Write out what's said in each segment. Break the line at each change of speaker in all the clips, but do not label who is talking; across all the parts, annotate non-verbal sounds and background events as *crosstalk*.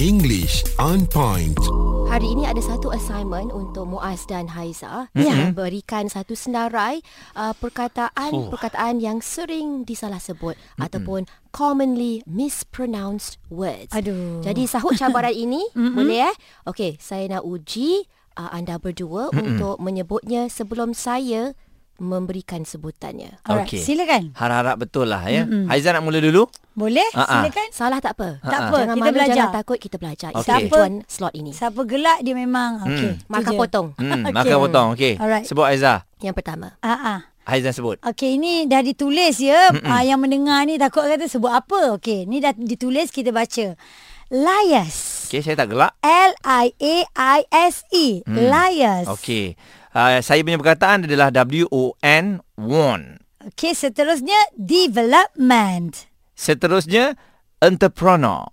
English on point.
Hari ini ada satu assignment untuk Muaz dan Haiza. Mm-hmm. Ya, berikan satu senarai uh, perkataan-perkataan oh.
Oh.
perkataan yang sering disalah sebut mm-hmm. ataupun commonly mispronounced words.
Aduh.
Jadi sahut cabaran
*laughs*
ini mm-hmm. boleh eh? Okey, saya nak uji uh, anda berdua mm-hmm. untuk menyebutnya sebelum saya memberikan sebutannya.
Alright,
Okey.
silakan.
Harap-harap betul lah ya. Mm-mm. Haiza nak mula dulu?
Boleh?
Ah, ah.
Silakan.
Salah tak apa.
Tak apa,
Jangan
kita
malu,
belajar.
jangan takut kita belajar. Itu
Okey.
tujuan slot ini.
Siapa gelak dia memang. Okey. tu
Makan
je.
potong.
Okey.
Hmm, okay. makan potong. Okey.
Alright.
Sebut Haiza.
Yang pertama.
Ah ah.
Haiza sebut.
Okey, ini dah ditulis ya. Ah, yang mendengar ni takut kata sebut apa. Okey, ni dah ditulis kita baca. Lias.
Okey, saya tak gelak.
L I A I S E. Lias.
Hmm. Okey. Uh, saya punya perkataan adalah W-O-N, won.
Okey, seterusnya development. *laughs*
Seterusnya, entrepreneur.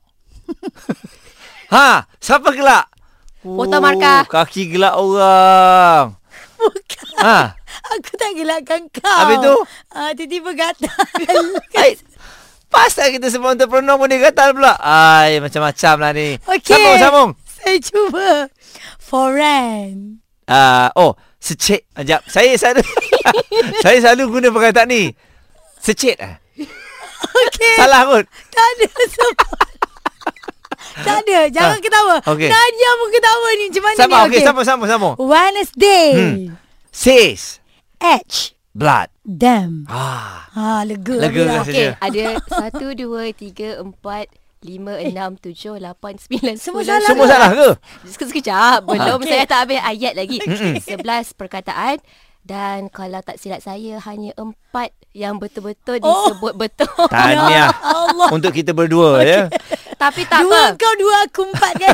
ha, siapa gelak?
Potong markah.
Oh, Kaki gelak orang.
Bukan.
Ha,
Aku tak gelakkan kau.
Habis tu?
Ah, tiba-tiba gatal.
*laughs* Hai. Pasal kita semua entrepreneur pun dia gatal pula. Ai, macam-macam lah ni.
Okey.
Sambung, sambung.
Saya cuba. Foreign.
Uh, oh, secit. Sekejap. Saya selalu, *laughs* saya selalu guna perkataan ni. Secit. ah.
Okey.
Salah
*laughs*
kot.
Tak ada sebab. tak ada. Jangan
Ah,
ketawa.
okey.
Nadia pun ketawa ni. Macam mana
Sabar,
ni?
okey. Sambung, sambung, sambung.
Wednesday.
Hmm. Says
H.
blood.
Them.
Ah,
Ha, lega.
Lega
pula.
rasa.
Okey,
Saja.
ada satu, dua, tiga, empat, lima, enam, tujuh, lapan, sembilan,
Eh. Semua
sepuluh.
salah *laughs*
semua
ke?
salah ke?
Sek- Sekejap, belum
Okey.
saya tak habis ayat lagi. Sebelas perkataan dan kalau tak silap saya hanya empat yang betul-betul
Oh.
disebut betul. *laughs*
Ya
Tahniah.
Allah.
Untuk kita
*laughs*
berdua ya.
Tapi tak
dua
apa.
kau, dua aku empat
*laughs*
kan?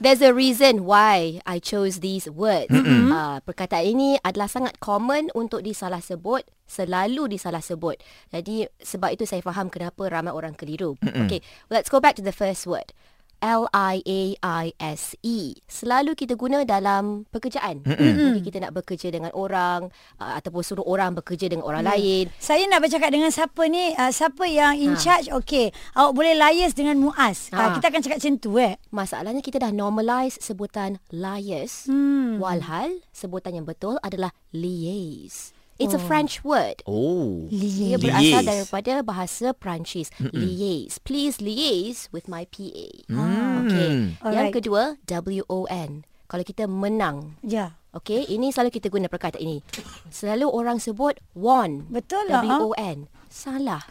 There's a reason why I chose these words. Mm-hmm. Uh, perkataan ini adalah sangat common untuk disalah sebut, selalu disalah sebut. Jadi sebab itu saya faham kenapa ramai orang keliru. Mm-hmm. Okay, let's go back to the first word. L-I-A-I-S-E E. Selalu kita guna dalam pekerjaan mm-hmm. Jadi kita nak bekerja dengan orang uh, Ataupun suruh orang bekerja dengan orang lain
Saya nak bercakap dengan siapa ni? Uh, siapa yang in ha. charge? Okey. Awak boleh liaise dengan Muaz. Ha.
Ha.
kita akan cakap macam tu eh.
Masalahnya kita dah normalize sebutan liars. Hmm. Walhal, sebutan yang betul adalah liaise. It's a French word.
Oh.
Dia
Liaise.
berasal
Liaise.
daripada bahasa Perancis. Liaise. Please liaise with my PA. Hmm. Okay. Yang
Alright.
kedua, W-O-N. Kalau kita menang.
Ya.
Okay, ini selalu kita guna perkataan ini. Selalu orang sebut won.
Betul lah, ha?
W-O-N.
*gasps*
Salah.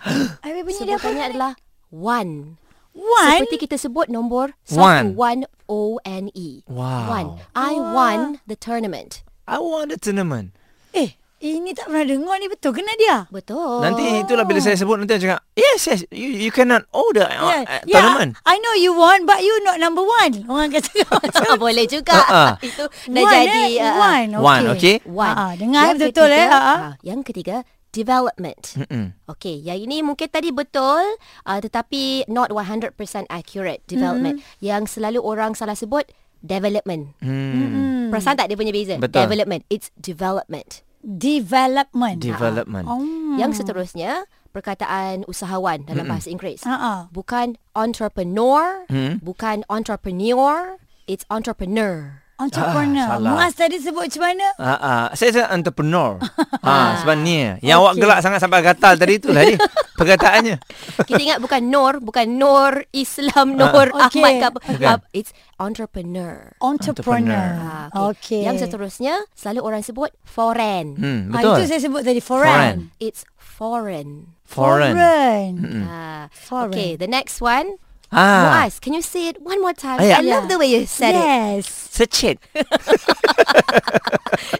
Habis bunyi dia apa?
Sebutannya adalah one.
One.
Seperti kita sebut nombor
One.
satu, one O-N-E.
Wow.
One. I won the tournament.
I want a tournament.
Eh, ini tak pernah dengar ni betul kena dia? Oh.
Betul.
Nanti itulah bila saya sebut nanti dia cakap, "Yes, yes, you, you cannot order
Ya.
uh, uh, tournament."
I know you won but you not number one. Orang akan cakap macam
*laughs* Ah, Boleh juga.
*laughs* Ah, ah.
*laughs* Itu dah
One,
jadi.
eh?
ah, ah.
one, okay.
One, okay.
One. Uh-uh,
Ah, ah, dengar
Yang
betul-betul, eh,
ketiga,
ah, ah.
ah, Yang ketiga, development.
Mm-mm.
Okey, yang ini mungkin tadi betul uh, tetapi not 100% accurate development. Mm-hmm. Yang selalu orang salah sebut development.
Hmm.
Mm-hmm.
Mm. Perasan tak dia punya beza?
Betul.
Development. It's development.
Development.
Development.
Oh.
Yang seterusnya, perkataan usahawan dalam mm bahasa Inggeris.
Ha ah.
Bukan entrepreneur,
Hmm?
bukan entrepreneur, it's entrepreneur.
Entrepreneur.
Ah, salah.
Muaz tadi sebut macam mana?
Ah, ah, saya saya
*laughs*
entrepreneur. ha, sebab ni. Yang awak gelak sangat sampai gatal tadi itulah
*laughs*
dia perkataannya.
Kita ingat bukan Nur, bukan Nur Islam, Nur
Ah,
Ahmad
okey.
ke apa.
Bukan.
Uh, It's entrepreneur.
Entrepreneur.
Ah,
Okey.
Yang seterusnya, selalu orang sebut foreign.
Hmm,
Ah,
betul.
itu saya sebut tadi foreign.
It's foreign.
Foreign.
Foreign.
Ah,
Foreign.
Okay, the next one.
Hmm. Ah,
Muaz, can you say it one more time? I
Ayat.
love the way you said it.
Yes. *laughs*
secit.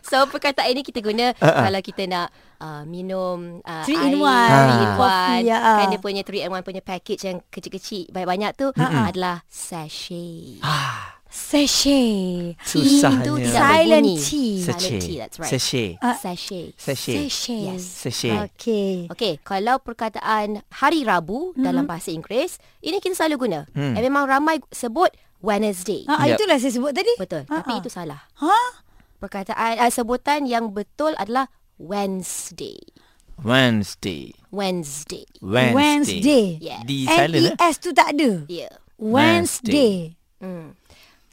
So perkataan ini kita guna uh-uh. kalau kita nak uh, minum uh,
Three
air,
in one.
three in
Ah.
one.
Coffee, ya.
Kan dia punya three in one punya package yang kecil-kecil banyak-banyak tu adalah sachet.
Sachet. Mm.
Susahnya.
Itu tidak
Silent
berbunyi.
tea.
Silent tea, that's right.
Secit.
Ah.
ya. Sachet.
Secit.
Sachet.
Yes.
Secit.
Okey.
Okey, kalau perkataan hari Rabu mm-hmm. dalam bahasa Inggeris, ini kita selalu guna. Mm. Dan memang ramai sebut Wednesday.
Ah,
Yep.
itulah saya sebut tadi.
Betul,
Ah,
tapi
ah.
itu salah.
Ha?
Perkataan uh, sebutan yang betul adalah Wednesday.
Wednesday.
Wednesday.
Wednesday.
Wednesday.
Yeah.
Di silent. eh?
N-E-S E tu tak ada.
Yeah.
Wednesday.
Mm.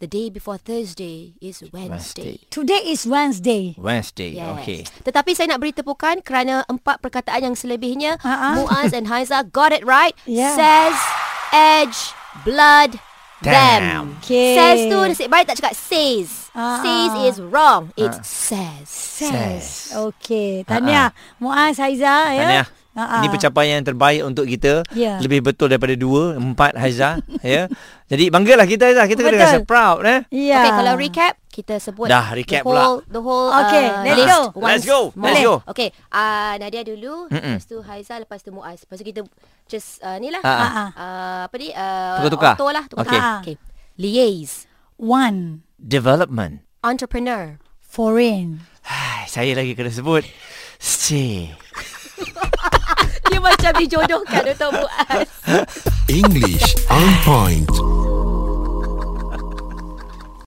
The day before Thursday is Wednesday.
Today is Wednesday.
Wednesday.
Yes.
Okay.
Tetapi saya nak beri tepukan kerana empat perkataan yang selebihnya
Ha-ha.
Muaz and Haiza got it right.
*laughs* Yeah.
Says, edge, blood, them.
Damn.
Okay.
Says tu nasib baik tak cakap says.
Ah.
Says is wrong. It's
Ha.
says.
Says.
Says.
Okey. Tahniah. Muaz Haiza ya.
Tahniah. Uh-huh. Ini pencapaian yang terbaik untuk kita.
Ya.
Lebih betul daripada dua, empat Haizah. *laughs* ya. Jadi banggalah kita Haizah. Kita kena
Betul.
rasa proud. Eh?
Ya.
Okay, kalau recap, kita sebut
Dah,
the
recap
whole, pula. The whole
Okay,
uh,
let's
list
go.
once
Let's go,
more.
let's go.
Okay, uh, Nadia dulu,
Mm-mm.
lepas tu Haiza, lepas tu Muaz. Lepas tu kita just uh, ni lah.
Ah, ah.
Uh, apa ni? Uh,
Tukar-tukar.
Auto lah.
Okay.
Ah.
okay. Liaise.
One.
Development.
*laughs*
Entrepreneur.
Foreign.
Hai, saya lagi kena sebut. Stay.
*laughs* Dia macam dijodohkan untuk Muaz.
English on point.